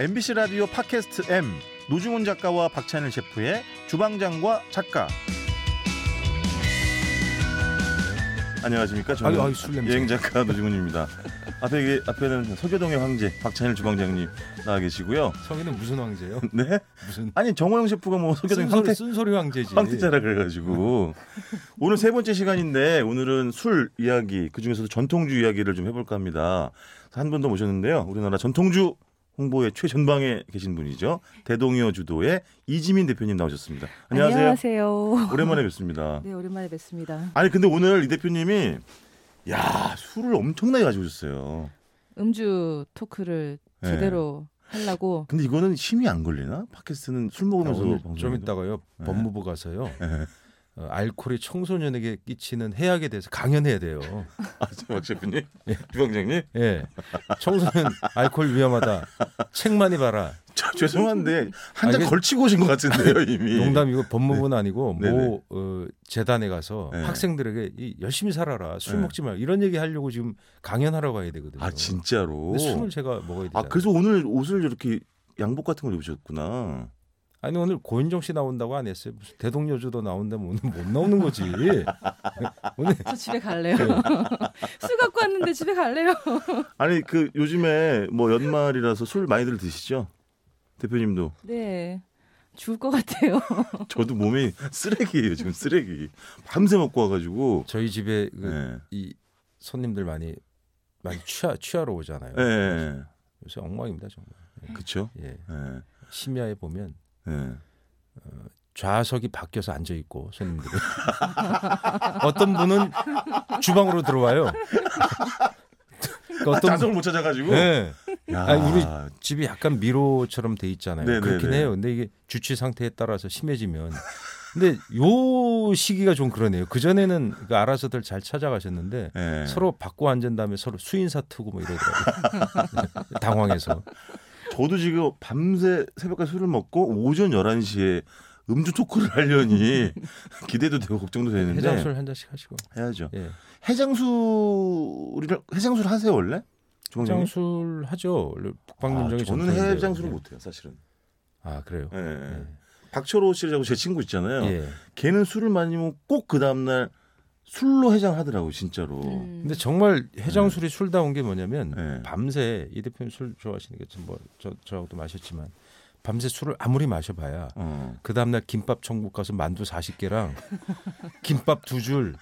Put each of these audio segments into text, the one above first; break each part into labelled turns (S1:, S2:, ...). S1: MBC 라디오 팟캐스트 M 노중훈 작가와 박찬일 셰프의 주방장과 작가. 안녕하십니까? 저는
S2: 아유, 아유, 술 냄새.
S1: 네. 여행 작가 노중훈입니다. 앞에 이게- 앞에는 서교동의 황제 박찬일 주방장님 나와 계시고요.
S2: 성인은 무슨 황제요?
S1: 네?
S2: 무슨
S1: 아니 정호영 셰프가 뭐 서교동 황태
S2: 쓴소리, 쓴소리 황제지.
S1: 황태자라 그래가지고 오늘 세 번째 시간인데 오늘은 술 이야기 그 중에서도 전통주 이야기를 좀 해볼까 합니다. 한 분 더 모셨는데요. 우리나라 전통주 홍보의 최전방에 계신 분이죠. 대동여 주도의 이지민 대표님 나오셨습니다. 안녕하세요.
S3: 안녕하세요.
S1: 오랜만에 뵙습니다.
S3: 네, 오랜만에 뵙습니다.
S1: 아니 근데 오늘 이 대표님이 야 술을 엄청나게 가져오셨어요.
S3: 음주 토크를
S1: 네.
S3: 제대로 하려고
S1: 근데 이거는 심이 안 걸리나? 팟캐스트는 술 예. 먹으면서
S2: 아,
S1: 네.
S2: 오늘 어, 좀
S1: 방송하는 거?
S2: 이따가요 법무부 가서요 어, 알코올이 청소년에게 끼치는 해악에 대해서 강연해야 돼요.
S1: 아, 박 셰프님, 주방장님.
S2: 예, 청소년 알코올 위험하다. 책 많이 봐라.
S1: 저, 죄송한데 한
S2: 아,
S1: 잔
S2: 이게-
S1: 걸치고 오신 것 같은데요 이미.
S2: 농담이고 법무부는 아니고
S1: 예. 네,
S2: 모 어, 재단에 가서
S1: 네.
S2: 학생들에게 이, 열심히 살아라 술
S1: 네.
S2: 먹지 말 이런 얘기 하려고 지금 강연하러 가야 되거든요.
S1: 아 진짜로.
S2: 근데 술을 제가 먹어야
S1: 아
S2: 되잖아요.
S1: 그래서 오늘 옷을 이렇게 양복 같은 걸 입으셨구나.
S2: 아니 오늘 고인정 씨 나온다고 안 했어요. 무슨 대동여주도 나온다면 오늘 못 나오는 거지. 오늘
S3: 저 집에 갈래요.
S1: 네.
S3: 술 갖고 왔는데 집에 갈래요.
S1: 아니 그 요즘에 뭐 연말이라서 술 많이들 드시죠? 대표님도
S3: 네. 죽을 것 같아요.
S1: 어. 저도 몸이 쓰레기예요 지금 쓰레기 밤새 먹고 와가지고
S2: 저희 집에 그,
S1: 예.
S2: 이 손님들 많이 많이 취하 취하러 오잖아요.
S1: 예, 예
S2: 요새 엉망입니다 정말.
S1: 그쵸
S2: 예.
S1: 예,
S2: 심야에 보면
S1: 예.
S2: 좌석이 바뀌어서 앉아 있고 손님들이 어떤 분은 주방으로 들어와요. 그러니까 어떤 분-
S1: 자석을 못 찾아가지고
S2: 예.
S1: 야,
S2: 아니, 우리 집이 약간 미로처럼 돼 있잖아요.
S1: 네네네.
S2: 그렇긴 해요. 근데 이게 주치 상태에 따라서 심해지면. 근데 요 시기가 좀 그러네요. 그 전에는 알아서들 잘 찾아가셨는데
S1: 예.
S2: 서로 받고 앉은 다음에 서로 수인사 트고 뭐 이러더라고요. 당황해서.
S1: 저도 지금 밤새 새벽까지 술을 먹고 오전 11시에 음주 토크를 하려니 기대도 되고 걱정도 되는데
S2: 해장술 한 잔씩 하시고.
S1: 해야죠.
S2: 예.
S1: 해장술이랑 해장술 하세요 원래? 주방장님?
S2: 해장술 하죠. 원래 북방민정이
S1: 아, 저는
S2: 전통인데요.
S1: 해장술을
S2: 예.
S1: 못해요 사실은.
S2: 아, 그래요.
S1: 예.
S2: 예.
S1: 박철호 씨라고 제 친구 있잖아요.
S2: 예.
S1: 걔는 술을 많이 먹으면 꼭 그 다음날 술로 해장하더라고 진짜로.
S3: 음.
S2: 근데 정말 해장술이 술다운 게 뭐냐면
S1: 네.
S2: 밤새 이 대표님 술 좋아하시는 게뭐저 저하고도 마셨지만 밤새 술을 아무리 마셔봐야
S1: 어.
S2: 그 다음날 김밥 천국 가서 만두 40개랑 김밥 두 줄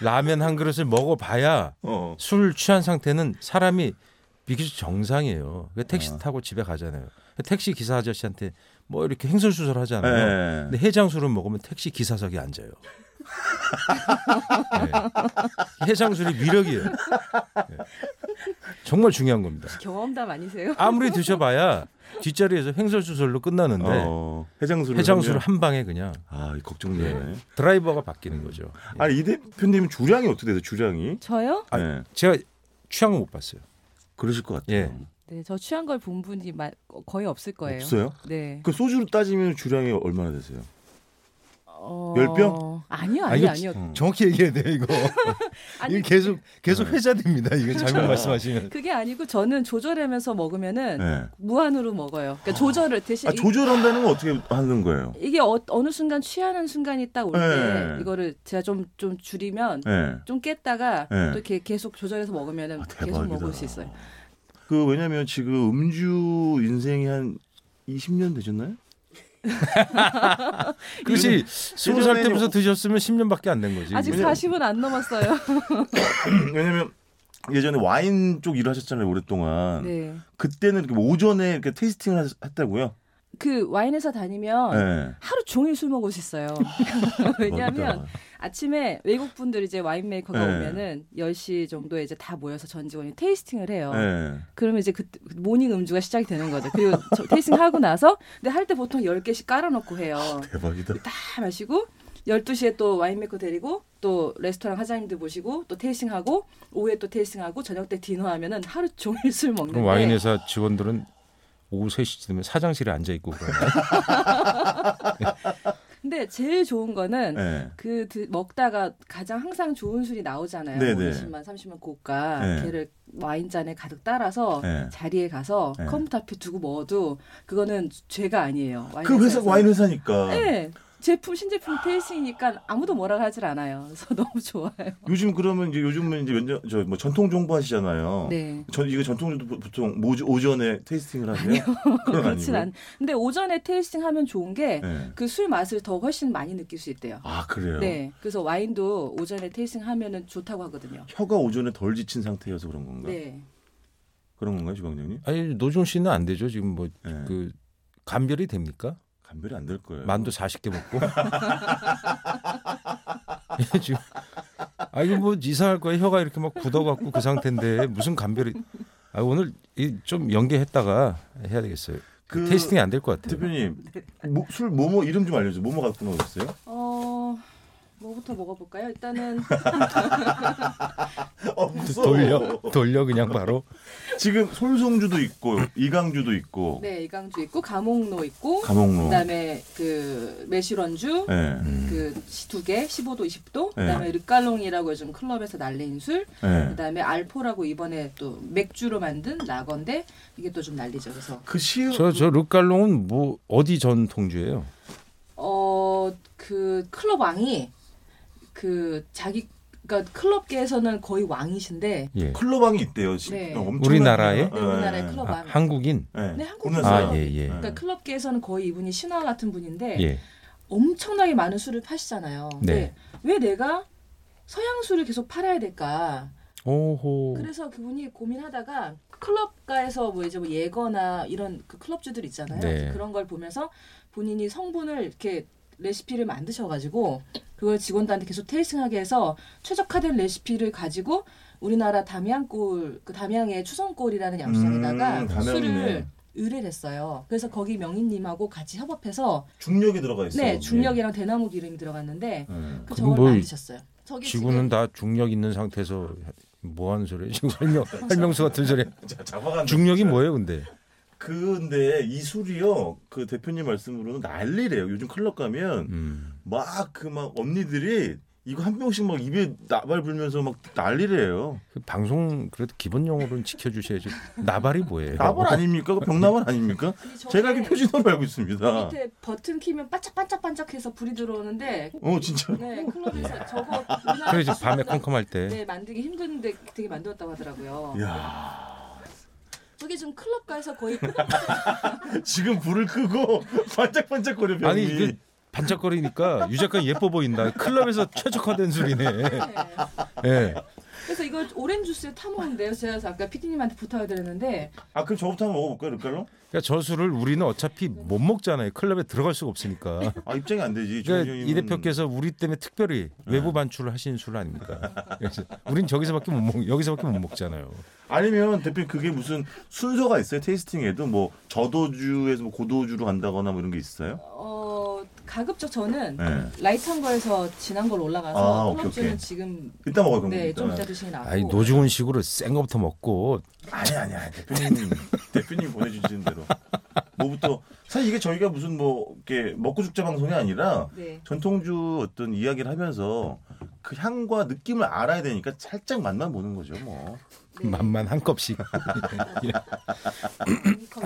S2: 라면 한 그릇을 먹어봐야
S1: 어.
S2: 술 취한 상태는 사람이 비교적 정상이에요. 왜 택시 타고 집에 가잖아요. 택시 기사 아저씨한테 뭐 이렇게 횡설수설 하잖아요.
S1: 예.
S2: 근데 해장술은 먹으면 택시 기사석에 앉아요. 네. 해장술이 위력이에요. 네. 정말 중요한 겁니다.
S3: 경험담 아니세요?
S2: 아무리 드셔봐야 뒷자리에서 횡설수설로 끝나는데
S1: 어. 해장술을
S2: 네. 해장술
S1: 하면-
S2: 한 방에 그냥
S1: 아
S2: 예.
S1: 걱정되네.
S2: 드라이버가 바뀌는 거죠. 예.
S1: 아니 이 대표님 주량이 어떻게 되세요? 주량이?
S3: 저요?
S2: 아,
S1: 예.
S2: 제가 취향을 못 봤어요.
S1: 그러실 것 같아요.
S2: 예.
S3: 네, 저 취한 걸 본 분이 마- 거의 없을 거예요.
S1: 없어요?
S3: 네.
S1: 그 소주로 따지면 주량이 얼마나 되세요?
S3: 어...
S1: 열 병?
S3: 아니요,
S2: 아, 이거
S3: 아니요, 아니요.
S2: 정확히 얘기해야 돼요 이거.
S3: 아니, 음. 그렇죠.
S2: 계속 계속 회자됩니다. 이거 잘못 말씀하시면.
S3: 그게 아니고 저는 조절하면서 먹으면은
S1: 예.
S3: 무한으로 먹어요. 그러니까 조절을 대신
S1: 아
S3: 네. 이-
S1: 조절한다는 건 어떻게 하는 거예요?
S3: 이게 어, 어느 순간 취하는 순간이 딱 올 때
S1: 네.
S3: 이거를 제가 좀 좀 줄이면
S1: 예.
S3: 좀 깼다가
S1: 네.
S3: 또 이렇게 계속 조절해서 먹으면
S1: 아,
S3: 계속
S1: 대박이다.
S3: 먹을 수 있어요.
S1: 그 왜냐면 지금 음주 인생이 한 20년 되셨나요?
S2: 그렇지. 스무 살 때부터 드셨으면 10년밖에 안 된 거지.
S3: 뭐 아직
S1: 왜냐면-
S3: 40은 안 넘었어요.
S1: 왜냐면 예전에 와인 쪽 일을 하셨잖아요 오랫동안.
S3: 네.
S1: 그때는 이렇게 오전에 이렇게 테이스팅을 하- 했다고요.
S3: 그 와인 회사 다니면
S1: 네.
S3: 하루 종일 술 먹을 수 있어요. 아,
S1: 그러니까.
S3: 왜냐하면 아침에 외국 분들 이제 와인 메이커가
S1: 네.
S3: 오면은 10시 정도에 이제 다 모여서 전 직원이 테이스팅을 해요.
S1: 네.
S3: 그러면 이제 그 모닝 음주가 시작이 되는 거죠. 그리고 저 테이스팅 하고 나서 근데 할 때 보통 10개씩 깔아놓고 해요.
S1: 대박이다.
S3: 다 마시고 12시에 또 와인메이커 데리고 또 레스토랑 사장님들 모시고 또 테이싱하고 오후에 또 테이싱하고 저녁 때 디너하면은 하루 종일 술 먹는데
S2: 그럼 와인 회사 직원들은 오후 3시쯤에 사장실에 앉아 있고 그러나
S3: 근데 제일 좋은 거는
S1: 네.
S3: 그 드- 먹다가 가장 항상 좋은 술이 나오잖아요.
S1: 네네.
S3: 20만 30만 고가
S1: 네.
S3: 걔를 와인잔에 가득 따라서
S1: 네.
S3: 자리에 가서
S1: 네.
S3: 컴퓨터 앞에 두고 먹어도 그거는 죄가 아니에요. 와인
S1: 그 회사
S3: 회사에서.
S1: 와인 회사니까
S3: 네. 제품 신제품 테이스이니까 아무도 뭐라 고 하질 않아요. 그래서 너무 좋아요. 저는
S1: 요즘 그러면 이제 요즘은 이제 면접 저뭐 전통 정보 하시잖아요.
S3: 네.
S1: 전 이거 전통주도 보- 보통 모주- 오전에 테이스팅을 하세요? 그건
S3: 그렇진
S1: 아니고요?
S3: 않. 근데 오전에 테이스팅 하면 좋은 게 그
S1: 네.
S3: 술 맛을 더 훨씬 많이 느낄 수 있대요.
S1: 아 그래요.
S3: 네. 그래서 와인도 오전에 테이스팅 하면은 좋다고 하거든요.
S1: 혀가 오전에 덜 지친 상태여서 그런 건가?
S3: 네.
S1: 그런 건가요, 주방장님?
S2: 아니 노종 씨는 안 되죠. 지금 뭐 그
S1: 네.
S2: 감별이 됩니까?
S1: 감별이 안 될 거예요.
S2: 네. 만두 40개 먹고. 예, 지금 아 이거 뭐 이상할 거야. 혀가 이렇게 막 굳어갖고 그 상태인데 무슨 감별이? 아 오늘 이 좀 연기했다가 해야 되겠어요.
S1: 그-
S2: 테이스팅이 안 될 것 같아요.
S1: 대표님
S3: 네.
S1: 뭐, 술 뭐뭐 이름 좀 알려주세요. 뭐뭐 갖고 나오셨어요?
S3: 어 뭐부터 먹어볼까요? 일단은
S1: 어, 무서워.
S2: 돌려 돌려 그냥 바로
S1: 지금 솔송주도 있고 이강주도 있고
S3: 네 이강주 있고 감옥로 있고
S1: 감옥로.
S3: 그다음에 그 매실원주
S1: 네.
S2: 음.
S3: 그두개 15도 20도
S1: 네.
S3: 그다음에 르깔롱이라고 요즘 클럽에서 날린 술
S1: 네.
S3: 그다음에 알포라고 이번에 또 맥주로 만든 라건데 이게 또 좀 난리죠. 그래서
S1: 그 시음
S2: 저저 룩갈롱은 뭐 어디 전통주예요?
S3: 어 그 클럽 왕이 그 자기 그러니까 클럽계에서는 거의 왕이신데
S2: 예.
S1: 클로방이 있대요. 지금
S3: 네.
S1: 엄청난-
S2: 우리나라에?
S3: 네, 우리나라의
S1: 네.
S3: 클럽
S2: 아,
S3: 왕.
S2: 한국인.
S1: 네.
S3: 네, 한국에서.
S1: 우리나라에.
S2: 아 예 예.
S3: 그러니까 클럽계에서는 거의 이분이 신화 같은 분인데
S2: 예.
S3: 엄청나게 많은 술을 파시잖아요.
S2: 네.
S3: 근데 왜 내가 서양 술을 계속 팔아야 될까?
S2: 오호.
S3: 그래서 그분이 고민하다가 클럽가에서 뭐 이제 뭐 예거나 이런 그 클럽주들 있잖아요.
S2: 네.
S3: 그래서 그런 걸 보면서 본인이 성분을 이렇게 레시피를 만드셔가지고 그걸 직원들한테 계속 테이스팅하게 해서 최적화된 레시피를 가지고 우리나라 담양골 그 담양의 추성골이라는 양식장에다가
S1: 음, 담양이네.
S3: 술을 의뢰를 했어요. 그래서 거기 명인님하고 같이 협업해서
S1: 중력이 들어가 예. 있어요.
S3: 네
S1: 거기.
S3: 중력이랑 대나무 기름이 들어갔는데
S1: 네.
S3: 그
S2: 그건
S3: 저걸
S2: 뭘-
S3: 만드셨어요. 저기
S2: 뭐 지구는 다 중력 있는 상태에서 뭐 하는 소리예요? 지금 설명 설명수 같은 소리.
S1: 자, 잡아간다.
S2: 중력이 뭐예요, 근데?
S1: 근데 이 술이요 그 대표님 말씀으로는 난리래요. 요즘 클럽 가면
S2: 음.
S1: 막 그 막 언니들이 이거 한 병씩 막 입에 나발 불면서 막 난리래요.
S2: 그 방송 그래도 기본 용어로는 지켜주셔야지. 나발이 뭐예요?
S1: 나발 아닙니까? 그 병나발 아닙니까?
S3: 지금- 저게
S1: 제가 이렇게 표준어로 알고 있습니다.
S3: 밑에 버튼 키면 반짝반짝반짝해서 불이 들어오는데
S1: 어 진짜.
S3: 네 클럽에서 저거 우리나라
S2: 그래 이제 밤에
S3: 가수분들-
S2: 컴컴할 때.
S3: 네 만들기 힘든데 되게 만들었다고 하더라고요.
S1: 야
S3: 저게 지금 클럽가에서 거의
S1: 지금 불을 끄고 반짝반짝거려 병이.
S2: 아니 그 반짝거리니까 유작가 예뻐 보인다. 클럽에서 최적화된 술이네.
S3: 끝났네.
S2: 예.
S3: 그래서 이걸 오렌지 주스에 타 먹는데요. 제가 아까 피디님한테 부탁을 드렸는데
S1: 아 그럼 저부터 한번 먹어볼까요, 르깔로?
S2: 그러니까 저 술을 우리는 어차피 못 먹잖아요. 클럽에 들어갈 수가 없으니까.
S1: 아 입장이 안 되지.
S2: 그러니까
S1: 정준영은-
S2: 이 대표께서 우리 때문에 특별히 외부 반출을 하신 술 아닙니까? 그래서 우린 저기서밖에 못 먹, 여기서밖에 못 먹잖아요.
S1: 아니면 대표님 그게 무슨 순서가 있어요? 테이스팅에도 뭐 저도주에서 뭐 고도주로 간다거나 뭐 이런 게 있어요?
S3: 어 가급적 저는
S1: 네.
S3: 라이트한 거에서 진한 걸로
S1: 아,
S3: 올라가서
S1: 오케이,
S3: 클럽주는
S1: 오케이.
S3: 지금
S1: 이따 먹어요 그럼.
S3: 네좀
S1: 일단.
S3: 이따 드시는 나고
S2: 아니 노중훈 식으로 센 거부터 먹고
S1: 아니 아니 아니 대표님 대표님 보내주시는 대로 뭐부터 사실 이게 저희가 무슨 뭐 이렇게 먹고 죽자 방송이 아니라
S3: 네.
S1: 전통주 어떤 이야기를 하면서 그 향과 느낌을 알아야 되니까 살짝 맛만 보는 거죠 뭐.
S3: 네.
S2: 맛만 한 컵씩.
S3: 아,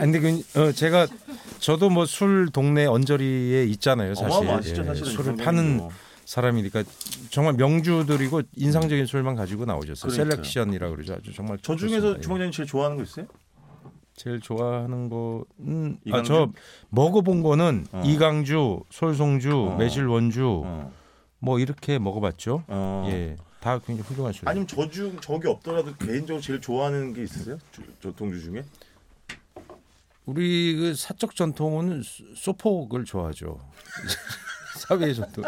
S2: 아니, 근데 그, 어, 제가 저도 뭐 술 동네 언저리에 있잖아요, 사실.
S1: 어마어마하시죠
S2: 예,
S1: 사실은
S2: 술을
S1: 이
S2: 파는
S1: 정도면 뭐.
S2: 사람이니까 정말 명주들이고 인상적인 술만 가지고 나오셨어요.
S1: 그러니까요.
S2: 셀렉션이라고 그러죠. 아주 정말
S1: 저
S2: 좋습니다.
S1: 중에서
S2: 예.
S1: 주방장님 제일 좋아하는 거 있어요?
S2: 제일 좋아하는 거는
S1: 이강주?
S2: 아, 저 먹어본 거는
S1: 어.
S2: 이강주, 솔송주,
S1: 어.
S2: 매실원주
S1: 어.
S2: 뭐 이렇게 먹어봤죠.
S1: 어.
S2: 예, 다 굉장히 훌륭한 술.
S1: 아니면 저중 저기 없더라도 개인적으로 제일 좋아하는 게 있으세요? 저, 저 동주 중에?
S2: 우리 그 사적 전통은 소- 소폭을 좋아하죠. 사회의 전통.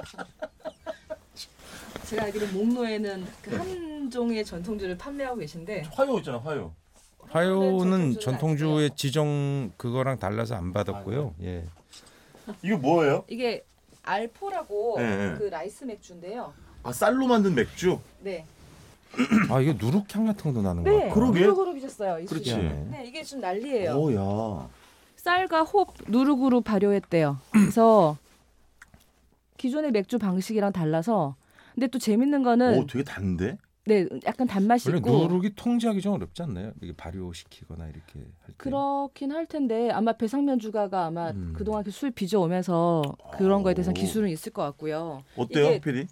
S3: 제가 알기로 목로에는 그 한종의 전통주를 판매하고 계신데
S1: 화요 있잖아 화요.
S2: 화요는
S3: 전통주는
S2: 전통주의
S3: 네, 아니고요.
S2: 지정 그거랑 달라서 안 받았고요. 예.
S1: 이거 뭐예요?
S3: 이게 알포라고
S1: 네, 네.
S3: 그 라이스 맥주인데요.
S1: 아 쌀로 만든 맥주.
S3: 네.
S2: 아 이게 누룩향 같은 것도 나는 것
S3: 네.
S2: 같아요.
S1: 그러게.
S3: 누룩으로 빚었어요. 이
S1: 그렇지.
S3: 술이.
S2: 네.
S3: 네, 이게 좀 난리예요.
S1: 오야.
S3: 쌀과 홉 누룩으로 발효했대요. 그래서 기존의 맥주 방식이랑 달라서 근데 또 재밌는 거는
S1: 오, 되게 단데?
S3: 네 약간 단맛이
S2: 원래
S3: 있고
S2: 누룩이 통제하기 좀 어렵지 않나요? 이게 발효시키거나 이렇게 할 때.
S3: 그렇긴 할 텐데 아마 배상면 주가가 아마
S2: 음.
S3: 그동안 그 술 빚어 오면서 그런 거에 대해서
S1: 오.
S3: 기술은 있을 것 같고요.
S1: 어때요,
S3: 이게-
S1: 피디?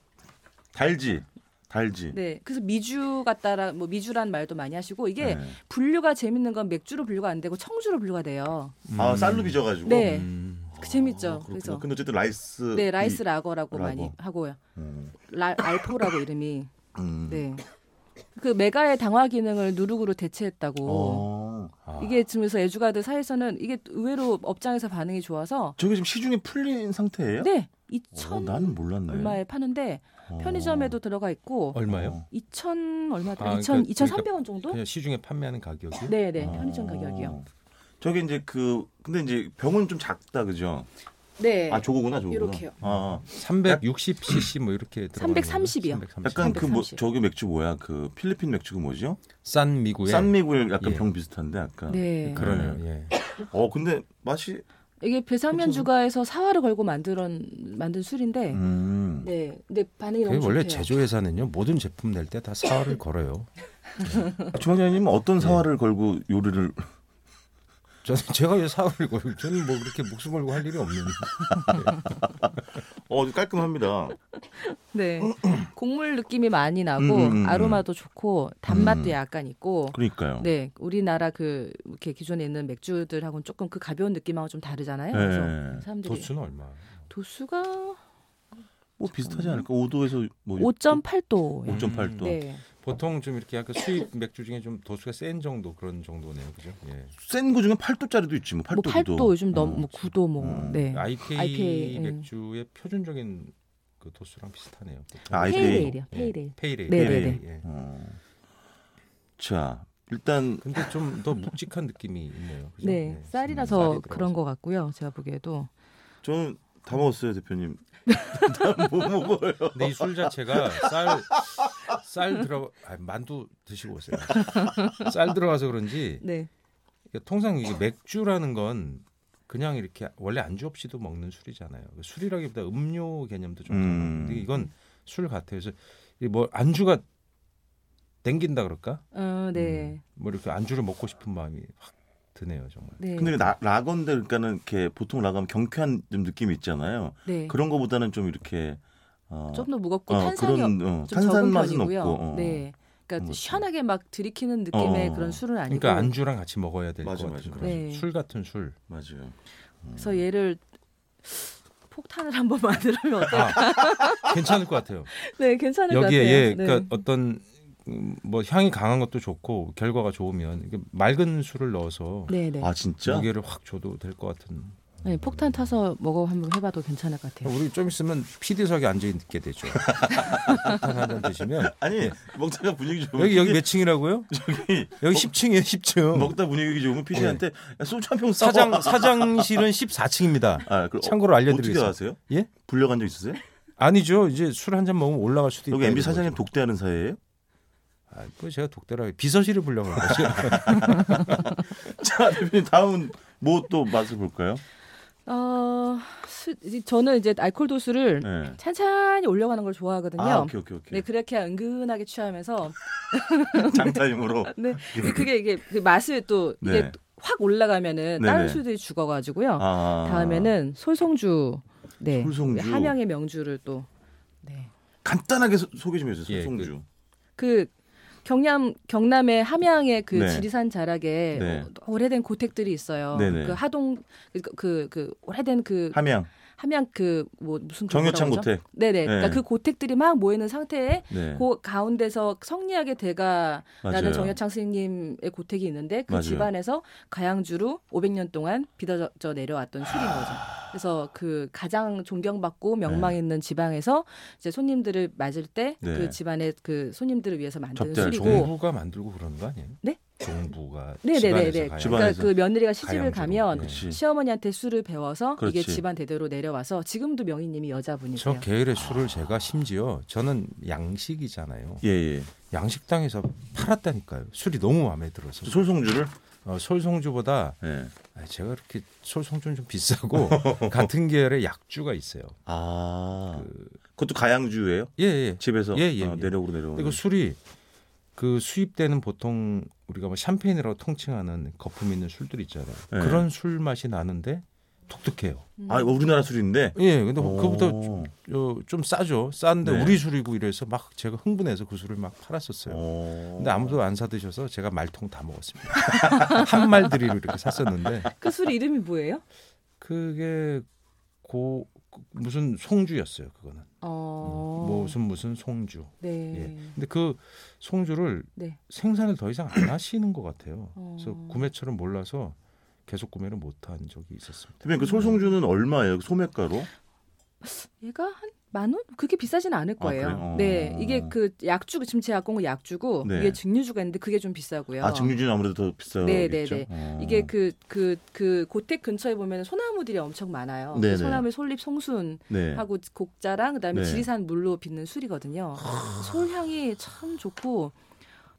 S1: 달지, 달지.
S3: 네, 그래서 미주 같다라 뭐 미주란 말도 많이 하시고 이게
S1: 네.
S3: 분류가 재밌는 건 맥주로 분류가 안 되고 청주로 분류가 돼요.
S1: 아,
S2: 음.
S1: 쌀로 빚어가지고.
S3: 네,
S2: 음.
S3: 그 재밌죠.
S1: 아, 그렇구나.
S3: 그래서
S1: 근데 어쨌든 라이스.
S3: 네 라이스 라거라고
S1: 라거.
S3: 많이 하고요.
S1: 음.
S3: 라, 알포라고 이름이
S1: 음.
S3: 네. 그 메가의 당화 기능을 누룩으로 대체했다고.
S1: 어.
S2: 아.
S3: 이게 지금 그래서 애주가들 사이에서는 이게 의외로 업장에서 반응이 좋아서
S1: 저게 지금 시중에 풀린 상태예요?
S3: 네
S1: 어,
S3: 2천
S1: 나는 몰랐네.
S3: 얼마에 파는데
S1: 어.
S3: 편의점에도 들어가 있고
S2: 얼마요?
S3: 2천 얼마더라?
S2: 아,
S3: 2천
S2: 그러니까-
S3: 2,300원 정도?
S2: 그냥 시중에 판매하는 가격이.
S3: 네, 네.
S1: 어.
S3: 편의점 가격이요.
S1: 저게 이제 그 근데 이제 병은 좀 작다 그죠?
S3: 네.
S1: 아 조그구나 조그구나.
S3: 요렇게요.
S1: 아, 아.
S2: 360cc 뭐 이렇게 들어가는
S3: 330 이요.
S2: 거죠? 330.
S1: 약간 그 뭐
S3: 330.
S1: 저기 맥주 뭐야 그 필리핀 맥주가 뭐죠?
S2: 싼 미국의
S1: 싼미구엘 약간
S2: 예.
S1: 병 비슷한데 아까.
S3: 네.
S2: 그러네요. 예.
S1: 어 근데 맛이
S3: 이게 배상면 주가에서 사활을 걸고 만든 만든 술인데
S1: 음.
S3: 네. 근데 반응이
S2: 그게
S3: 너무 좋대요.
S2: 원래 제조회사는요 모든 제품 낼 때 다 사활을 걸어요.
S1: 주방장님은 어떤 사활을 걸고 요리를
S2: 저는 제가 왜 사활을 걸고 저는 뭐 그렇게 목숨 걸고 할 일이 없는데
S1: 어 깔끔합니다.
S3: 네. 곡물 느낌이 많이 나고
S1: 음, 음, 음.
S3: 아로마도 좋고 단맛도
S1: 음.
S3: 약간 있고
S1: 그러니까요.
S3: 네. 우리나라 그 이렇게 기존에 있는 맥주들하고는 조금 그 가벼운 느낌하고 좀 다르잖아요. 그래서
S1: 네.
S3: 사람들이
S2: 도수는 얼마?
S3: 도수... 가
S1: 뭐 비슷하지 않을까? 5도에서 뭐
S3: 5.8도예요.
S1: 5.8도.
S3: 네.
S2: 보통 좀 이렇게 약간 수입 맥주 중에 좀 도수가 센 정도 그런 정도네요, 그죠? 예.
S1: 센거 중에 8도짜리도 있지 뭐 8도도.
S3: 뭐 8도 요즘 너무 뭐 9도 뭐
S1: 음.
S3: 네.
S2: IPA,
S3: IPA, 음.
S2: 맥주의 표준적인 그 도수랑 비슷하네요. 보통.
S1: 아, IPA.
S3: 페이레일이요.
S2: 예.
S3: 페이레일.
S2: 페이레일.
S3: 네,
S1: 네,
S2: 예.
S1: 어. 자 일단
S2: 근데 좀 더 묵직한 느낌이 있네요. 그죠?
S3: 네,
S2: 예.
S3: 쌀이라서
S2: 쌀이 들어가서.
S3: 그런 것 같고요. 제가 보기에도
S1: 저는 다 먹었어요 대표님. 다못 먹어요.
S2: 근데 이 술 자체가 쌀, 쌀 들어, 아, 만두 드시고 오세요. 쌀 들어가서 그런지
S3: 네,
S2: 그러니까 통상 이게 맥주라는 건 그냥 이렇게 원래 안주 없이도 먹는 술이잖아요. 술이라기보다 음료 개념도 좀
S1: 음.
S2: 강한데 이건 술 같아요. 그래서 이뭐 안주가 땡긴다 그럴까?
S3: 어, 네,
S2: 뭐 이렇게 안주를 먹고 싶은 마음이 확 드네요, 정말.
S3: 네,
S1: 근데 라, 라건데 그러니까는 이렇게 보통 라가면 경쾌한 좀 느낌이 있잖아요.
S3: 네.
S1: 그런 거보다는 좀 이렇게 어,
S3: 좀 더 무겁고
S1: 어,
S3: 탄산이 없-
S1: 어,
S3: 좀 적은
S1: 맛은
S3: 편이고요.
S1: 없고, 어.
S3: 네,
S1: 그런
S3: 그러니까
S1: 것
S3: 시원하게 막 들이키는 느낌의
S1: 어.
S3: 그런 술은 아니고. 네.
S2: 그러니까 안주랑 같이 먹어야 될 것
S1: 맞아,
S2: 같은
S1: 맞아,
S2: 그런
S3: 맞아.
S2: 술 같은 술.
S1: 맞아요.
S3: 그래서 얘를 폭탄을 한번 만들면 어떨까?
S2: 아, 괜찮을 것 같아요.
S3: 네, 괜찮을 것
S2: 여기에
S3: 같아요.
S2: 예,
S3: 네.
S2: 그러니까 어떤 음, 뭐 향이 강한 것도 좋고 결과가 좋으면 이게 맑은 술을 넣어서
S3: 네, 네.
S1: 아 진짜?
S2: 무게를 확 줘도 될 것 같은.
S3: 네, 폭탄 타서 먹어 한번 해봐도 괜찮을 것 같아요.
S2: 네, 우리 좀 있으면 PD석에 앉아 있게 되죠. 폭탄 한잔 드시면
S1: 아니 먹다가 분위기 좋으면
S2: 네. 여기 여기
S1: PD
S2: 몇 층이라고요?
S1: 저기
S2: 여기 10층이에요, 10층.
S1: 먹다 분위기 좋으면 피디한테 야, 소주 한 병 싸.
S2: 네. 사장 사장실은 14층입니다.
S1: 아, 그럼
S2: 참고로
S1: 어떻게
S2: 알려드리겠습니다.
S1: 아세요?
S2: 예?
S1: 불려간 적 있으세요?
S2: 아니죠. 이제 술 한 잔 먹으면 올라갈 수도 있고.
S1: 여기 MB 사장님 독대하는 사이예요?
S2: 아, 뭐 제가 독대라 비서실을 불려고
S1: 아,
S2: 거죠. 그러니까
S1: 자 대표님 다음은 뭐 또 맛을 볼까요?
S3: 어, 수, 이제 저는 이제 알코올 도수를
S1: 네.
S3: 찬찬히 올려가는 걸 좋아하거든요.
S1: 아 오케이 오케이 오케이
S3: 네, 그렇게 은근하게 취하면서
S1: 장타임으로
S3: 네, 그게 이게 그 맛을 또 이게
S1: 네.
S3: 확 올라가면은
S1: 네네.
S3: 다른 술들이 죽어가지고요.
S1: 아.
S3: 다음에는 솔송주, 네,
S1: 솔송주.
S3: 함양의 명주를 또, 네,
S1: 간단하게 소, 소개 좀 해주세요.
S2: 예,
S1: 송주.
S3: 그 경남 경남의 함양의 그
S1: 네.
S3: 지리산 자락에
S1: 네.
S3: 어, 오래된 고택들이 있어요.
S1: 네네.
S3: 그 하동 그 그 그 오래된 그
S1: 함양
S3: 함양 그 뭐 무슨
S1: 정유창
S3: 고택이라고 그러죠?
S1: 고택.
S3: 네네.
S1: 네.
S3: 그러니까 그 고택들이 막 모이는 상태에
S1: 네.
S3: 그 가운데서 성리학의 대가
S1: 맞아요.
S3: 나는 정여창 스님의 고택이 있는데 그
S1: 맞아요.
S3: 집안에서 가양주로 500년 동안 빚어져 내려왔던 술인 거죠. 그래서 그 가장 존경받고 명망 있는 지방에서 이제 손님들을 맞을 때 그
S1: 네.
S3: 집안의 그 손님들을 위해서 만든
S1: 접대할
S3: 술이고
S1: 네.
S2: 정부가 만들고 그러는 거 아니에요?
S3: 네?
S2: 종부가
S3: 네네네네.
S2: 집안에서 가야
S1: 집안-
S3: 그러니까
S1: 집안에서.
S3: 그 며느리가 시집을
S2: 가양주로.
S3: 가면
S2: 네.
S1: 그치.
S3: 시어머니한테 술을 배워서 이게
S1: 그렇지.
S3: 집안 대대로 내려와서 지금도 명희님이 여자분이세요.
S2: 저 게을의 술을 제가 심지어 저는 양식이잖아요.
S1: 예, 예.
S2: 양식당에서 팔았다니까요. 술이 너무 마음에 들어서
S1: 솔송주를
S2: 어, 솔송주보다
S1: 예.
S2: 아, 제가 이렇게 솔송주는 좀 비싸고 같은 계열의 약주가 있어요.
S1: 아. 그... 것도 가양주예요?
S2: 예 예.
S1: 집에서
S2: 예, 예,
S1: 아,
S2: 예.
S1: 내력으로 내려오는.
S2: 근데 그 술이 그 수입되는 보통 우리가 뭐 샴페인이라고 통칭하는 거품 있는 술들 있잖아요.
S1: 네.
S2: 그런 술 맛이 나는데 독특해요.
S3: 음.
S1: 아, 우리나라 술인데.
S2: 예, 근데 그보다
S1: 오.
S2: 어, 좀 싸죠. 싼데
S1: 네.
S2: 우리 술이고 이래서 막 제가 흥분해서 그 술을 막 팔았었어요.
S1: 오.
S2: 근데 아무도 안 사드셔서 제가 말통 다 먹었습니다. 한 말들이로 이렇게 샀었는데
S3: 그 술 이름이 뭐예요?
S2: 그게 고 그- 무슨 송주였어요. 그거는
S3: 어.
S1: 뭐
S2: 무슨 무슨 송주.
S1: 예.
S3: 네.
S2: 근데 그 송주를
S3: 네.
S2: 생산을 더 이상 안 하시는 것 같아요. 그래서
S3: 어.
S2: 구매처를 몰라서 계속 구매를 못 한 적이 있었습니다.
S1: 대표님 그 솔송주는 얼마예요? 소매가로?
S3: 얘가 한 만 원? 그렇게 비싸진 않을
S1: 아,
S3: 거예요.
S1: 그래요? 어.
S3: 네. 이게 그 약주 지금 제가 갖고 온건 약주고
S1: 네.
S3: 이게 증류주가 있는데 그게 좀 비싸고요.
S1: 아, 증류주는 아무래도 더 비싸겠죠.
S3: 네, 네, 네.
S1: 어.
S3: 이게 그 그 그 고택 근처에 보면 소나무들이 엄청 많아요. 그
S1: 네네.
S3: 소나무 솔잎 송순
S1: 네.
S3: 하고 곡자랑 그다음에
S1: 네.
S3: 지리산 물로 빚는 술이거든요. 솔향이 참 좋고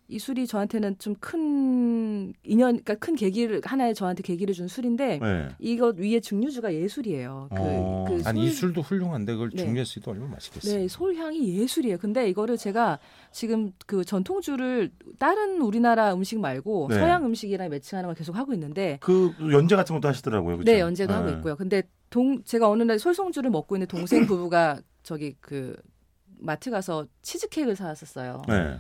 S3: 이 술이 저한테는 좀 큰 인연, 그러니까 큰 계기를 하나의 저한테 계기를 준 술인데
S1: 네.
S3: 이거 위에 증류주가 예술이에요. 그,
S1: 어.
S3: 그
S2: 아니 이
S3: 솔-
S2: 술도 훌륭한데 그걸
S3: 네.
S2: 중요했어도 얼마나 맛있겠어요.
S3: 네, 솔향이 예술이에요. 근데 이거를 제가 지금 그 전통주를 다른 우리나라 음식 말고
S1: 네.
S3: 서양 음식이랑 매칭하는 걸 계속 하고 있는데
S1: 그 연재 같은 것도 하시더라고요. 그렇죠?
S3: 네, 연재도 하고 있고요. 근데 동 제가 어느 날 솔송주를 먹고 있는 동생 부부가 저기 그 마트 가서 치즈케이크를 사왔었어요.
S1: 네.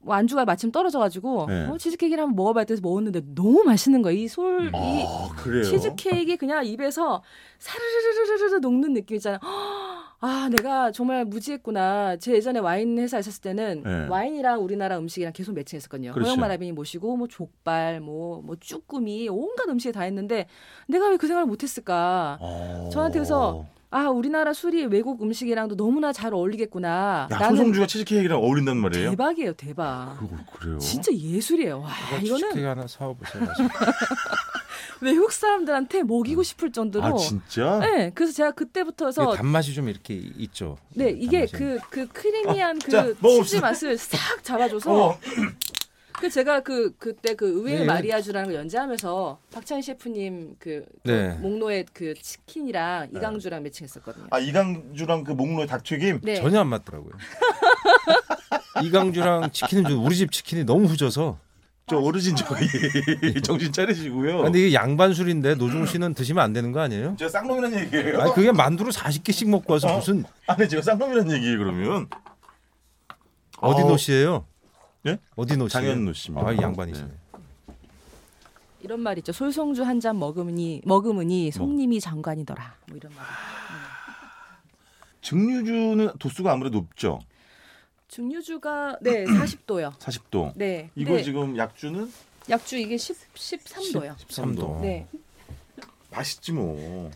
S3: 뭐 안주가 마침 떨어져가지고
S1: 네.
S3: 어, 치즈케이크를 한번 먹어봐야 돼서 먹었는데 너무 맛있는 거예요. 이 솔,
S2: 음.
S3: 이
S1: 아, 그래요.
S3: 치즈케이크 그냥 입에서 사르르르르르 녹는 느낌 있잖아요. 아, 내가 정말 무지했구나. 제 예전에 와인 회사 있었을 때는
S1: 네.
S3: 와인이랑 우리나라 음식이랑 계속 매칭했었거든요.
S1: 그렇죠.
S3: 허영마라빈이 모시고 뭐 족발, 뭐, 뭐 쭈꾸미, 온갖 음식에 다 했는데 내가 왜 그 생각을 못했을까?
S1: 아.
S3: 저한테 그래서 아, 우리나라 술이 외국 음식이랑도 너무나 잘 어울리겠구나.
S1: 야, 소송주가 치즈케이크랑 어울린단 말이에요?
S3: 대박이에요, 대박.
S1: 그, 그래요? 아,
S3: 진짜 예술이에요. 와, 아, 이거는
S2: 치킨 하나 사와보세요.
S3: 외국 사람들한테 먹이고 싶을 정도로
S1: 아, 진짜?
S3: 네, 그래서 제가 그때부터 해서
S2: 이게 단맛이 좀 이렇게 있죠.
S3: 네, 이게
S2: 단맛이.
S3: 그 그 크리미한 그
S1: 아, 자,
S3: 치즈
S1: 먹읍시다.
S3: 맛을 싹 잡아줘서
S1: 어,
S3: 그 제가 그 그때 그 의외의
S2: 네.
S3: 마리아주라는 걸 연재하면서 박찬희 셰프님 그
S2: 네.
S3: 목로의 그 치킨이랑 이강주랑 매칭했었거든요.
S1: 네. 아, 이강주랑 그 목로의 닭튀김?
S3: 네.
S2: 전혀 안 맞더라고요. 이강주랑 치킨은 좀 우리 집 치킨이 너무 후져서.
S1: 저 어르신 저기 정신 차리시고요.
S2: 아, 근데 이게 양반술인데 노중 씨는 드시면 안 되는 거 아니에요?
S1: 제가 쌍놈이라는 얘기예요.
S2: 아니 그게 만두를 40개씩 먹고 와서 무슨
S1: 아니 제가 쌍놈이라는 얘기예요 그러면.
S2: 어디
S1: 어.
S2: 노씨예요?
S1: 예?
S2: 어디 노씨?
S1: 장현노 씨입니다.
S2: 아, 이 양반이시네.
S3: 이런 말 있죠. 솔송주 한 잔 먹으니
S1: 음.
S3: 먹으니 송님이 장관이더라. 뭐 이런 말.
S1: 증류주는 도수가 아무래도 높죠.
S3: 증류주가 네 40도요.
S1: 40도.
S3: 네.
S1: 아. 이거
S3: 근데
S1: 지금 약주는
S3: 약주 이게 10 13도요.
S1: 13도.
S3: 네.
S1: 맛있지 뭐.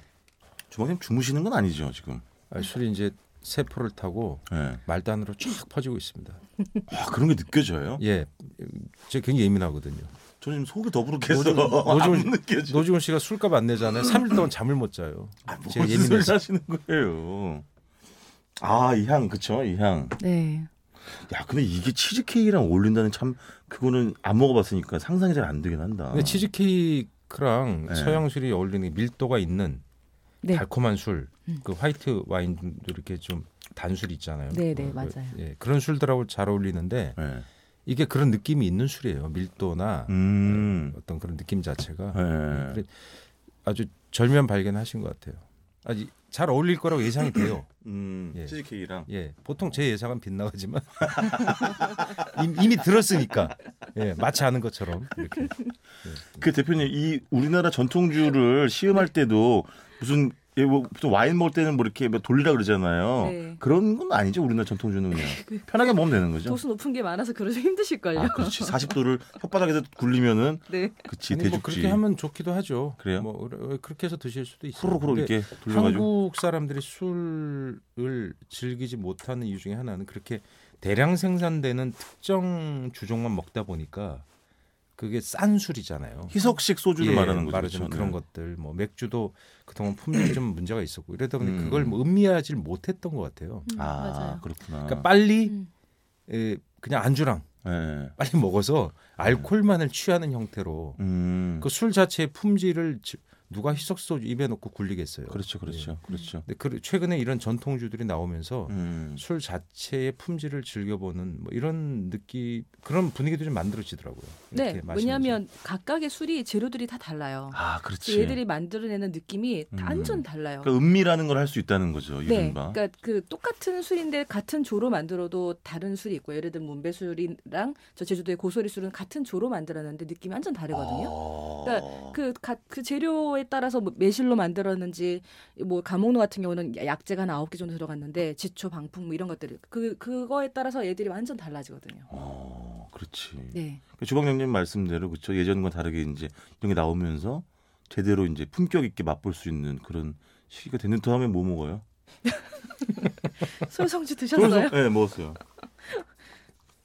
S1: 주방님 주무시는 건 아니죠 지금.
S2: 아, 술이 이제 세포를 타고
S1: 예.
S2: 말단으로 쫙 퍼지고 있습니다.
S1: 아 그런 게 느껴져요.
S2: 예, 제가 굉장히 예민하거든요.
S1: 저는 지금 속이 더부룩해서
S2: 노중- 노중-
S1: 안 느껴져.
S2: 노지훈 씨가 술값 안 내잖아요. 3일 동안 잠을 못 자요.
S1: 아,
S2: 뭐 제가
S1: 무슨 소리
S2: 예민해서.
S1: 하시는 거예요. 아 이 향 그쵸 이 향.
S3: 네.
S1: 야 근데 이게 치즈케이크랑 어울린다는 참 그거는 안 먹어봤으니까 상상이 잘 안 되긴 한다.
S2: 근데 치즈케이크랑
S1: 아. 네.
S2: 서양 술이 어울리는 게 밀도가 있는
S3: 네.
S2: 달콤한 술, 그 화이트 와인도 이렇게 좀 단술 있잖아요.
S3: 네, 네,
S2: 그,
S3: 맞아요.
S2: 예, 그런 술들하고 잘 어울리는데
S1: 예.
S2: 이게 그런 느낌이 있는 술이에요. 밀도나
S1: 음.
S2: 어떤 그런 느낌 자체가
S1: 예.
S2: 그래, 아주 절묘한 발견하신 것 같아요. 아주 잘 어울릴 거라고 예상이 돼요.
S1: 음,
S2: 예.
S1: 치즈케이크랑
S2: 예, 보통 제 예상은 빗나가지만 이미, 이미 들었으니까 예, 마치 아는 것처럼 이렇게 예.
S1: 그 대표님 이 우리나라 전통주를 시음할 때도 무슨 예, 뭐 보통 와인 먹을 때는 뭐 이렇게 뭐 돌리라 그러잖아요.
S3: 네.
S1: 그런 건 아니죠. 우리나라 전통주는 그냥 편하게 먹으면 되는 거죠.
S3: 도수 높은 게 많아서 그러시 힘드실 걸요.
S1: 아, 그렇지. 40도를 혓바닥에서 굴리면은
S3: 네.
S1: 그치
S2: 아니, 뭐
S1: 대죽지.
S2: 그렇게 하면 좋기도 하죠.
S1: 그래요?
S2: 뭐 그래- 그렇게 해서 드실 수도 있어요.
S1: 후루룩 후루룩
S2: 근데
S1: 이렇게 돌려가지고
S2: 한국 사람들이 술을 즐기지 못하는 이유 중에 하나는 그렇게 대량 생산되는 특정 주종만 먹다 보니까 그게 싼 술이잖아요.
S1: 희석식 소주를
S2: 예,
S1: 말하는 거죠. 그렇죠?
S2: 말하자면 그런
S1: 네.
S2: 것들 뭐 맥주도 그동안 품질이 좀 문제가 있었고 이러다 보니
S1: 음.
S2: 그걸 뭐 음미하질 못했던 것 같아요.
S3: 음,
S1: 아
S3: 맞아요.
S1: 그렇구나.
S2: 그러니까 빨리
S3: 음.
S2: 에, 그냥 안주랑
S1: 예.
S2: 빨리 먹어서 알코올만을 취하는 형태로
S1: 음.
S2: 그 술 자체의 품질을 지- 누가 희석소 입에 넣고 굴리겠어요.
S1: 그렇죠, 그렇죠, 그렇죠.
S2: 근데 그 최근에 이런 전통주들이 나오면서
S1: 음.
S2: 술 자체의 품질을 즐겨보는 뭐 이런 느낌 그런 분위기도 좀 만들어지더라고요. 이렇게
S3: 네,
S2: 마시면서.
S3: 왜냐하면 각각의 술이 재료들이 다 달라요.
S1: 아, 그렇지.
S3: 얘들이 만들어내는 느낌이
S1: 음.
S3: 완전 달라요.
S1: 그러니까 음미라는 걸 할 수 있다는 거죠.
S3: 네,
S1: 이른바.
S3: 그러니까 그 똑같은 술인데 같은 조로 만들어도 다른 술이 있고 예를 들면 문배술이랑 저 제주도의 고소리 술은 같은 조로 만들었는데 느낌이 완전 다르거든요.
S1: 아.
S3: 그, 가- 그 재료에 따라서 뭐 매실로 만들었는지 뭐 감옥로 같은 경우는 야- 약재가 한 아홉 개 정도 들어갔는데 지초 방풍 뭐 이런 것들이 그 그거에 따라서 얘들이 완전 달라지거든요.
S1: 어, 그렇지.
S3: 네.
S1: 그 주방장님 말씀대로 그렇죠. 예전과 다르게 이제 이런 게 나오면서 제대로 이제 품격 있게 맛볼 수 있는 그런 시기가 됐는데 더 하면 뭐 먹어요?
S3: 솔성주 드셨어요?
S1: 네, 먹었어요.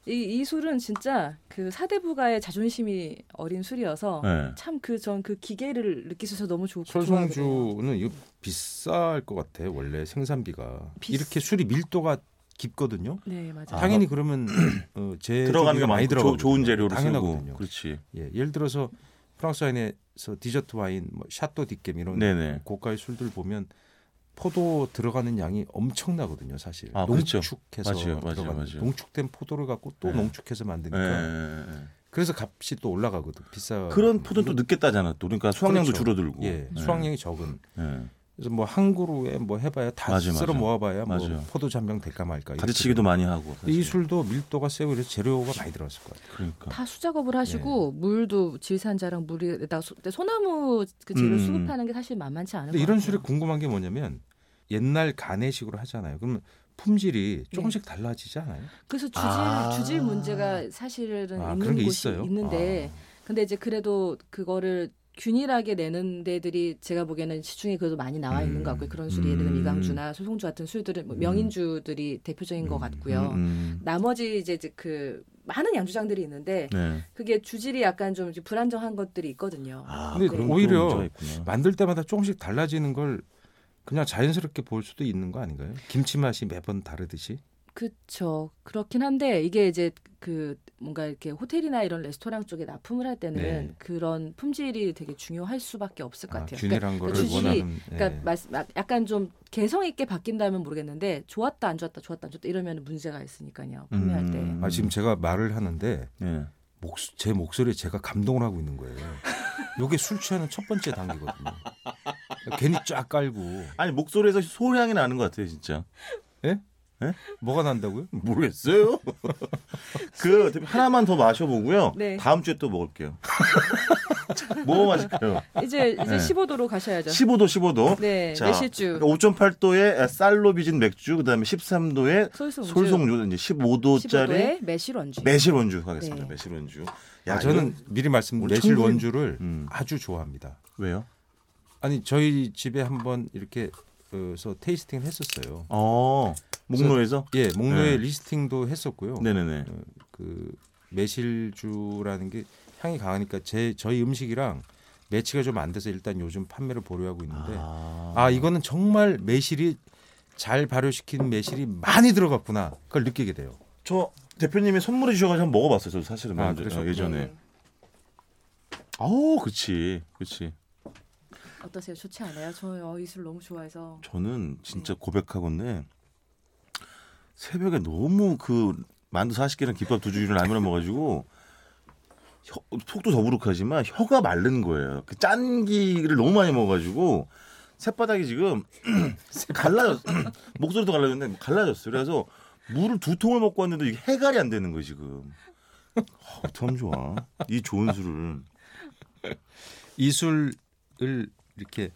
S3: 이, 이 술은 진짜 그 사대부가의 자존심이 어린 술이어서
S1: 네.
S3: 참 그 전 그 기계를 느끼셔서 너무 좋고
S2: 솔송주는 이거 비쌀 것 같아. 원래 생산비가
S3: 비싸-
S2: 이렇게 술이 밀도가 깊거든요.
S3: 네 맞아요.
S1: 아,
S2: 당연히 그러면 어, 제
S1: 들어가는 게 많이 들어가. 좋은 재료로 쓰고.
S2: 당연하거든요.
S1: 그렇지.
S2: 예, 예를 들어서 프랑스 와인에서 디저트 와인, 뭐 샤또 디겜 이런
S1: 네네.
S2: 고가의 술들 보면 포도 들어가는 양이 엄청나거든요, 사실.
S1: 아, 그렇죠.
S2: 농축해서
S1: 맞아요, 맞아요,
S2: 들어가는
S1: 맞아요.
S2: 농축된 포도를 갖고 또
S1: 네.
S2: 농축해서 만드니까
S1: 예, 예, 예.
S2: 그래서 값이 또 올라가거든. 비싸.
S1: 그런 포도는 네. 또 늦게 따잖아. 또 그러니까 수확량도
S2: 그렇죠.
S1: 줄어들고.
S2: 예, 수확량이 적은.
S1: 예. 예.
S2: 그래서 뭐 한 그루에 뭐 해봐야 다
S1: 맞아요,
S2: 쓸어
S1: 맞아요.
S2: 모아봐야
S1: 맞아요.
S2: 뭐 포도 잔병 될까 말까. 이렇게.
S1: 가지치기도 많이 하고. 사실.
S2: 이 술도 밀도가 세고 이래서 재료가 많이 들어갔을 것 같아요.
S1: 그러니까.
S3: 다 수작업을
S2: 네.
S3: 하시고 물도 질산자랑 물에다 소, 소나무 그 재료
S1: 음.
S3: 수급하는 게 사실 만만치 않은
S2: 근데
S3: 것
S2: 이런 술이
S3: 같아요.
S2: 궁금한 게 뭐냐면 옛날 가내식으로 하잖아요. 그러면 품질이
S3: 네.
S2: 조금씩 달라지지 않아요?
S3: 그래서 주질
S1: 아.
S3: 주질 문제가 사실은
S2: 아,
S3: 네, 있는
S2: 그런 게
S3: 곳이
S2: 있어요? 아.
S3: 있는데 근데 이제 그래도 그거를 균일하게 내는 데들이 제가 보기에는 시중에 그래도 많이 나와 있는 것 같고요. 그런 술이 예를 들면
S1: 음.
S3: 이강주나 소송주 같은 술들은 뭐 명인주들이 대표적인 것 같고요.
S1: 음, 음.
S3: 나머지 이제 이제 그 많은 양주장들이 있는데
S1: 네.
S3: 그게 주질이 약간 좀 이제 불안정한 것들이 있거든요.
S1: 아,
S2: 근데
S1: 그런
S2: 오히려
S1: 문제가 있구나.
S2: 아. 만들 때마다 조금씩 달라지는 걸 그냥 자연스럽게 볼 수도 있는 거 아닌가요? 김치 맛이 매번 다르듯이.
S3: 그렇죠. 그렇긴 한데 이게 이제 그 뭔가 이렇게 호텔이나 이런 레스토랑 쪽에 납품을 할 때는
S2: 네.
S3: 그런 품질이 되게 중요할 수밖에 없을 것
S2: 아,
S3: 같아요.
S2: 균일한
S3: 그러니까
S2: 거를
S3: 주질이-
S2: 원하는.
S3: 그러니까
S2: 예.
S3: 말씀- 약- 약간 좀 개성 있게 바뀐다면 모르겠는데 좋았다 안 좋았다 좋았다 안 좋았다 이러면 문제가 있으니까요. 판매할 때.
S1: 음.
S2: 아, 지금 제가 말을 하는데
S1: 예.
S2: 목, 제 목소리에 제가 감동을 하고 있는 거예요. 요게 술 취하는 첫 번째 단계거든요. 괜히 쫙 깔고
S1: 아니 목소리에서 소향이 나는 것 같아요, 진짜.
S2: 뭐가 난다고요?
S1: 모르겠어요. 그 하나만 더 마셔보고요.
S3: 네.
S1: 다음 주에 또 먹을게요. 뭐 마실까요?
S3: 이제 이제
S1: 네.
S3: 15도로 가셔야죠.
S1: 15도, 15도.
S3: 네,
S1: 자,
S3: 매실주.
S1: 5.8도의 쌀로 빚은 맥주, 그다음에 13도의
S3: 솔송주.
S1: 솔송주, 이제 15도짜리
S3: 15도에 매실 원주.
S1: 매실 원주 가겠습니다.
S3: 네.
S1: 매실 원주.
S2: 야, 아, 저는 미리 말씀
S1: 오늘
S2: 매실
S1: 천국이-
S2: 원주를
S1: 뭐 음.
S2: 아주 좋아합니다.
S1: 이거 왜요?
S2: 아니 저희 집에 한번 이렇게 어, 그래서 테이스팅을 했었어요.
S1: 어 목로에서.
S2: 예, 목로에
S1: 네.
S2: 리스팅도 했었고요.
S1: 네네네.
S2: 어, 그 매실주라는 게 향이 강하니까 제 저희 음식이랑 매치가 좀 안 돼서 일단 요즘 판매를 보류하고 있는데 아,
S1: 아,
S2: 이거는 정말 매실이 잘 발효시킨 매실이 많이 들어갔구나 그걸 느끼게 돼요.
S1: 저 대표님이 선물해 주셔가지고 한번 먹어봤어요. 저도 사실은
S2: 아,
S1: 먼저,
S2: 그러셨구나.
S1: 어, 예전에. 아우, 그치, 그치.
S3: 어떠세요? 좋지 않아요? 저는 이 술 너무 좋아해서.
S1: 저는
S3: 네.
S1: 진짜 고백하건데 새벽에 너무 그 만두 40개랑 김밥 두 줄이랑 라면을 먹어가지고 혀, 속도 더부룩하지만 혀가 마른 거예요. 그 짠기를 너무 많이 먹어가지고 새바닥이 지금 갈라졌 목소리도 갈라졌는데 갈라졌어요. 그래서 물을 두 통을 먹고 왔는데 이게 해갈이 안 되는 거예요 지금. 어, 참 좋아. 이 좋은 술을.
S2: 이 술을 이렇게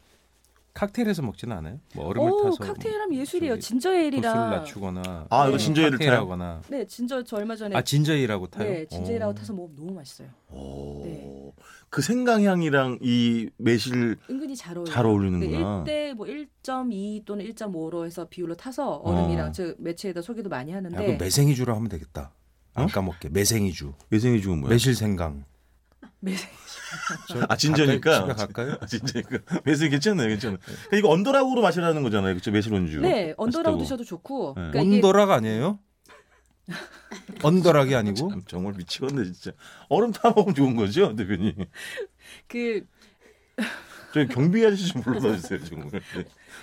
S2: 칵테일에서 먹지는 않아요? 뭐 얼음을
S3: 오,
S2: 타서
S3: 칵테일하면 예술이에요.
S2: 저기
S3: 진저에일이랑.
S2: 도수를 낮추거나
S1: 아,
S3: 이거
S1: 진저에일을 타요?
S2: 칵테일하거나.
S3: 네, 진저 저 얼마 전에
S2: 아 진저에일하고 타요? 어.
S3: 네, 진저에일하고
S2: 오.
S3: 타서 먹으면 너무 맛있어요.
S1: 오.
S3: 네.
S1: 그 생강향이랑 이 매실
S3: 은근히 잘 어울려요.
S1: 잘 어울리는구나.
S3: 1대 뭐 1.2 또는 1.5로 해서 비율로 타서 얼음이랑
S1: 어.
S3: 저 매체에다 소개도 많이
S2: 야, 아, 그럼
S3: 하는데
S2: 매생이주로 하면 되겠다. 안 까먹게 매생이주,
S1: 매생이 주은 뭐야?
S2: 매실생강.
S3: 매생
S2: 저
S1: 아, 진저니까?
S2: 가까이- 집에 가까요?
S1: 아, 진짜 이거 매실 괜찮네요, 괜찮아요. 그러니까 이거 언더락으로 마시라는 거잖아요, 그렇죠? 매실 온주.
S3: 네
S1: 맛있다고.
S3: 언더라고 드셔도 좋고
S1: 네.
S3: 그러니까 이게
S2: 온더락 아니에요? 언더락이 아니고
S1: 참, 정말 미치겠네 진짜. 얼음 타 먹으면 좋은 거죠, 대표님.
S3: 그
S1: 저희 경비 아저씨 좀 불러다 주세요, 정말. 네.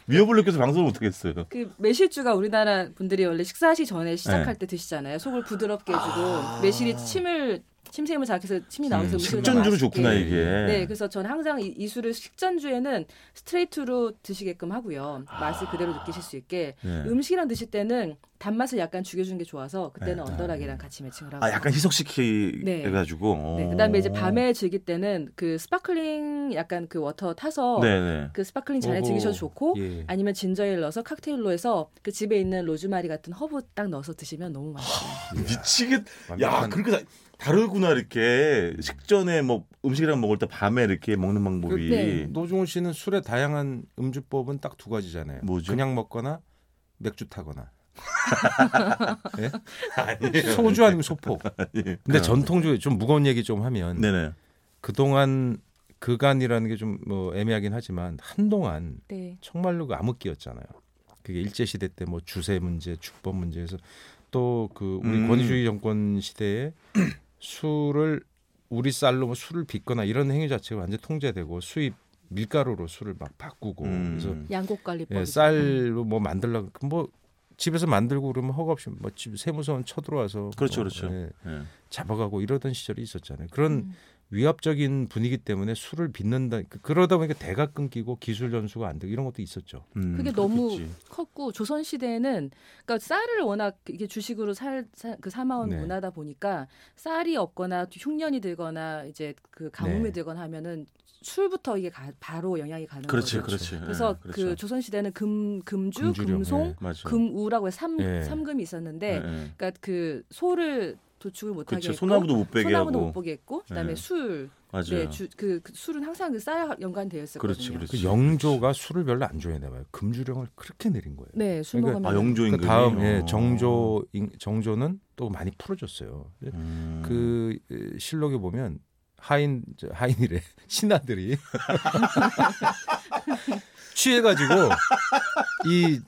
S1: 미역을 느껴서 방송을 못 하겠어요.
S3: 그 매실주가 우리나라 분들이 원래 식사하시 전에 시작할
S1: 네.
S3: 때 드시잖아요. 속을 부드럽게 해주고 매실이 침을 침샘을 자극해서 침이 나면서
S1: 음,
S3: 음식을
S1: 식전주로
S3: 맛있게.
S1: 좋구나 이게.
S3: 네, 그래서 전 항상 이, 이 술을 식전주에는 스트레이트로 드시게끔 하고요. 맛을 그대로 느끼실 수 있게
S1: 아. 네.
S3: 음식이랑 드실 때는 단맛을 약간 죽여주는 게 좋아서 그때는
S1: 네.
S3: 언더락이랑 같이 매칭을 하고.
S1: 아 약간 희석시키
S3: 네.
S1: 해가지고.
S3: 네, 그다음에 이제 밤에 즐길 때는 그 스파클링 약간 그 워터 타서
S1: 어. 네네.
S3: 그 스파클링 잔에
S2: 오호.
S3: 즐기셔도 좋고
S2: 예.
S3: 아니면 진저일 넣어서 칵테일로 해서 그 집에 있는 로즈마리 같은 허브 딱 넣어서 드시면 너무 맛있어요.
S1: 미치겠. 야
S2: 완벽한-
S1: 그렇게 다, 다르구나 이렇게 식전에 뭐 음식이랑 먹을 때 밤에 이렇게 먹는 방법이.
S3: 그, 네.
S2: 노중훈 씨는 술의 다양한 음주법은 딱 두 가지잖아요.
S1: 뭐죠?
S2: 그냥 먹거나 맥주 타거나
S1: 아니에요.
S2: 소주 아니면 소포.
S1: 아니에요.
S2: 근데 전통주에 좀 무거운 얘기 좀 하면
S1: 예. 네네.
S2: 그동안 그간이라는 게 좀 뭐 애매하긴 하지만 한동안
S3: 네.
S2: 정말로 그 암흑기였잖아요. 그게 일제 시대 때 뭐 주세 문제, 주법 문제에서 또 그 우리
S1: 음.
S2: 권위주의 정권 시대에 술을 우리 쌀로 뭐 술을 빚거나 이런 행위 자체가 완전 통제되고 수입 밀가루로 술을 막 바꾸고
S1: 음.
S2: 그래서
S3: 양곡 관리법.
S2: 예, 쌀로 뭐 만들라 뭐 집에서 만들고 그러면 허가 없이 뭐집 세무서원 쳐들어와서
S1: 그렇죠,
S2: 뭐,
S1: 그렇죠.
S2: 예,
S1: 네.
S2: 잡아가고 이러던 시절이 있었잖아요. 그런 위압적인 분위기 때문에 술을 빚는다 그- 그러다 보니까 대가 끊기고 기술 연수가 안 되고 이런 것도 있었죠.
S1: 음,
S3: 그게 너무
S1: 그렇겠지.
S3: 컸고 조선 시대에는 그러니까 쌀을 워낙 이게 주식으로 살, 사, 그 삼아온
S2: 네.
S3: 문화다 보니까 쌀이 없거나 흉년이 들거나 이제 그 가뭄이
S2: 네.
S3: 들거나 하면은 술부터 이게 가- 바로 영향이 가는
S1: 그렇지,
S3: 거죠.
S1: 그렇지.
S3: 그래서
S1: 네,
S3: 그
S1: 그렇죠.
S3: 조선 시대는 금 금주,
S2: 금주령,
S3: 금송,
S2: 예.
S1: 맞아.
S3: 금우라고 해서 삼
S2: 예.
S3: 삼금이
S1: 네,
S3: 있었는데
S1: 네.
S3: 그러니까 그 소를 도축을 못하게
S1: 그렇죠.
S3: 했고
S1: 소나무도 못 빼게
S3: 소나무도
S1: 하고.
S3: 못 보게 했고 그다음에
S1: 네.
S3: 술,
S1: 맞아요.
S3: 네, 주, 그, 그 술은 항상 그쌀 연관되어 있었거든요.
S1: 그렇지, 그렇지.
S2: 그 영조가 술을 별로 안 좋아했나 봐요. 금주령을 그렇게 내린 거예요.
S3: 네, 술
S2: 그러니까-
S1: 아
S3: 먹으면
S1: 영조
S2: 그
S1: 임금이.
S2: 다음 예,
S1: 어.
S2: 정조 인- 정조는 또 많이 풀어줬어요. 예,
S1: 음.
S2: 그 에, 실록에 보면 하인 저, 하인이래 신하들이 취해가지고 이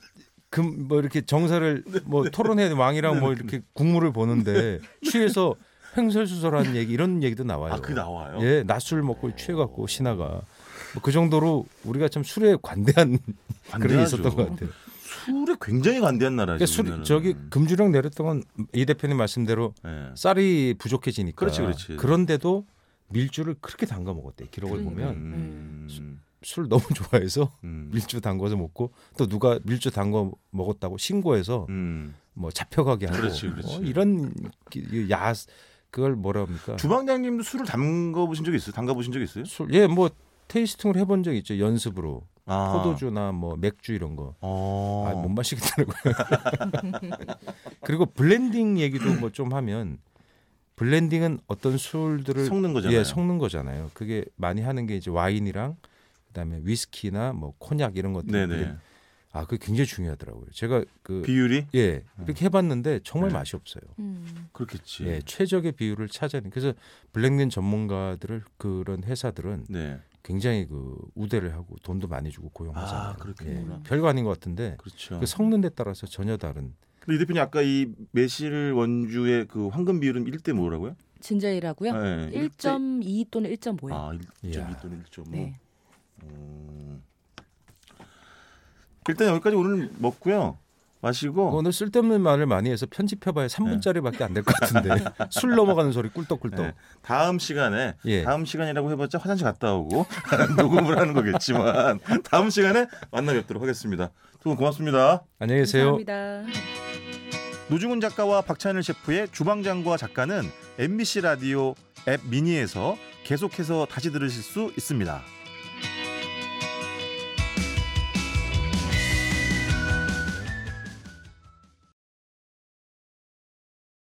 S2: 금 뭐 이렇게 정사를 뭐 토론회 왕이랑
S1: 네,
S2: 뭐 이렇게 국물을 보는데 취해서 횡설수설한 얘기 이런 얘기도 나와요.
S1: 아, 그 나와요.
S2: 예, 낮술 먹고 취해갖고 신하가 뭐그 정도로 우리가 참 술에 관대한 그런 게
S1: 관대하죠.
S2: 있었던 것 같아요.
S1: 술에 굉장히 관대한 나라죠.
S2: 그러니까 술
S1: 우리나라는.
S2: 저기 그 금주령 내렸던 건 이 대표님 말씀대로
S1: 예.
S2: 쌀이 부족해지니까.
S1: 그렇지, 그렇지.
S2: 런데도 밀주를 그렇게 담가 먹었대. 기록을
S3: 그러니까.
S2: 보면
S1: 음,
S2: 술 너무 좋아해서
S1: 음,
S2: 밀주 담궈서 먹고 또 누가 밀주 담궈 먹었다고 신고해서
S1: 음.
S2: 뭐 잡혀가게 하고
S1: 그렇지, 그렇지.
S2: 뭐 이런 기- 야 그걸 뭐라 합니까?
S1: 주방장님도 술을 담가 보신 적 있어요? 담가 보신 적 있어요?
S2: 술 예 뭐 테이스팅을 해본 적 있죠 연습으로
S1: 아.
S2: 포도주나 뭐 맥주 이런 거.
S1: 어.
S2: 아, 못 마시겠더라고요. 그리고 블렌딩 얘기도 뭐 좀 하면 블렌딩은 어떤 술들을
S1: 섞는 거잖아요.
S2: 예, 섞는 거잖아요. 그게 많이 하는 게 이제 와인이랑 그다음에 위스키나 뭐 코냑 이런 것들.
S1: 네네.
S2: 아, 그게 굉장히 중요하더라고요. 제가 그
S1: 비율이 음.
S2: 예, 이렇게 해 봤는데 정말
S1: 네.
S2: 맛이 없어요.
S3: 음.
S1: 그렇겠지.
S2: 예, 최적의 비율을 찾아내. 그래서 블렌딩 전문가들을 그런 회사들은
S1: 네.
S2: 굉장히 그 우대를 하고 돈도 많이 주고 고용하잖아요.
S1: 아, 그렇겠구나.
S2: 예, 별거 아닌 것 같은데
S1: 그렇죠.
S2: 그 섞는 데 따라서 전혀 다른
S1: 근데 이 대표님 아까 이 매실 원주의 그 황금 비율은 1대 뭐라고요?
S3: 진저일하고요.
S1: 네,
S3: 1.2 또는 1.5요.
S1: 아, 뭐.
S2: 이야.
S1: 1.2 또는 1.5.
S3: 네.
S1: 음. 일단 여기까지 오늘 먹고요. 마시고
S2: 오늘 쓸데없는 말을 많이 해서 편집해봐야 3분짜리밖에 안 될 것 같은데 술 넘어가는 소리 꿀떡꿀떡.
S1: 네. 다음 시간에
S2: 예.
S1: 다음 시간이라고 해봤자 화장실 갔다 오고 녹음을 하는 거겠지만 다음 시간에 만나 뵙도록 하겠습니다. 두 분 고맙습니다.
S2: 안녕히 계세요.
S3: 감사합니다.
S1: 노중훈 작가와 박찬일 셰프의 주방장과 작가는 MBC 라디오 앱 미니에서 계속해서 다시 들으실 수 있습니다.